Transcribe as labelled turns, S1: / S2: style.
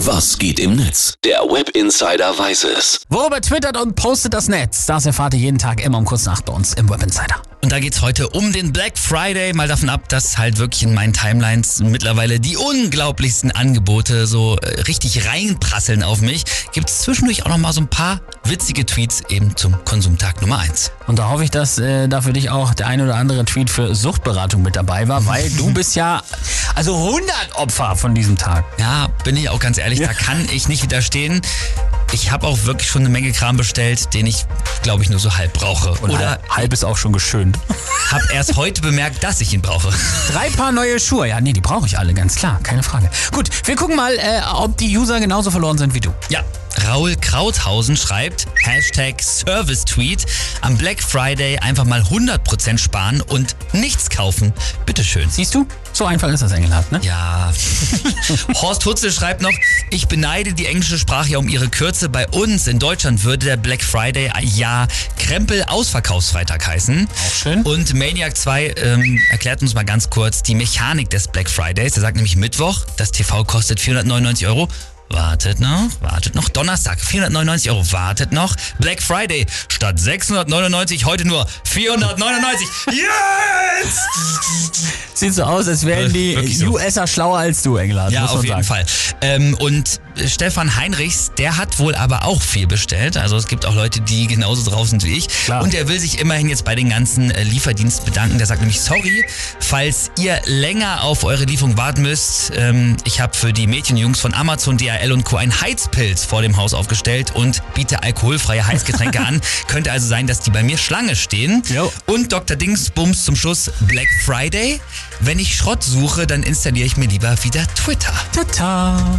S1: Was geht im Netz? Der Web Insider weiß es.
S2: Worüber twittert und postet das Netz? Das erfahrt ihr jeden Tag immer um kurz nach bei uns im Web Insider.
S3: Und da geht's heute um den Black Friday. Mal davon ab, dass halt wirklich in meinen Timelines mittlerweile die unglaublichsten Angebote so äh, richtig reinprasseln auf mich. Gibt's zwischendurch auch noch mal so ein paar witzige Tweets eben zum Konsumtag Nummer 1.
S2: Und da hoffe ich, dass äh, da für dich auch der ein oder andere Tweet für Suchtberatung mit dabei war, weil du bist ja also 100 Opfer von diesem Tag.
S3: Ja, bin ich auch ganz ehrlich, da kann ich nicht widerstehen. Ich habe auch wirklich schon eine Menge Kram bestellt, den ich, glaube ich, nur so halb brauche. Oder
S2: halb, halb ist auch schon geschönt.
S3: habe erst heute bemerkt, dass ich ihn brauche.
S2: Drei Paar neue Schuhe. Ja, nee, die brauche ich alle, ganz klar, keine Frage. Gut, wir gucken mal, äh, ob die User genauso verloren sind wie du.
S3: Ja, Raul Krauthausen schreibt, Hashtag Service-Tweet, am Black Friday einfach mal 100% sparen und nichts kaufen. Bitteschön.
S2: Siehst du? So einfach ist das Engelhardt, ne?
S3: Ja. Horst Hutzel schreibt noch, ich beneide die englische Sprache ja um ihre Kürze. Bei uns in Deutschland würde der Black Friday äh, ja Krempel Ausverkaufsfreitag heißen.
S2: Auch schön.
S3: Und Maniac 2 ähm, erklärt uns mal ganz kurz die Mechanik des Black Fridays. Er sagt nämlich Mittwoch, das TV kostet 499 Euro. Wartet noch, wartet noch. Donnerstag 499 Euro, wartet noch. Black Friday statt 699 heute nur 499. Yes!
S2: Sieht so aus, als wären
S3: Äh,
S2: die
S3: wirklich so.
S2: USer schlauer als du, Engelhardt.
S3: Ja,
S2: muss man
S3: auf jeden
S2: sagen.
S3: Fall. Ähm, und Stefan Heinrichs, der hat wohl aber auch viel bestellt. Also es gibt auch Leute, die genauso drauf sind wie ich.
S2: Klar.
S3: Und der will sich immerhin jetzt bei den ganzen äh, Lieferdiensten bedanken. Der sagt nämlich, sorry, falls ihr länger auf eure Lieferung warten müsst. Ähm, ich habe für die Mädchenjungs von Amazon, DHL und Co. einen Heizpilz vor dem Haus aufgestellt und biete alkoholfreie Heizgetränke an. Könnte also sein, dass die bei mir Schlange stehen.
S2: Jo.
S3: Und Dr. Dingsbums zum Schluss Black Friday. Wenn ich Schrott suche, dann installiere ich mir lieber wieder Twitter.
S2: Tata.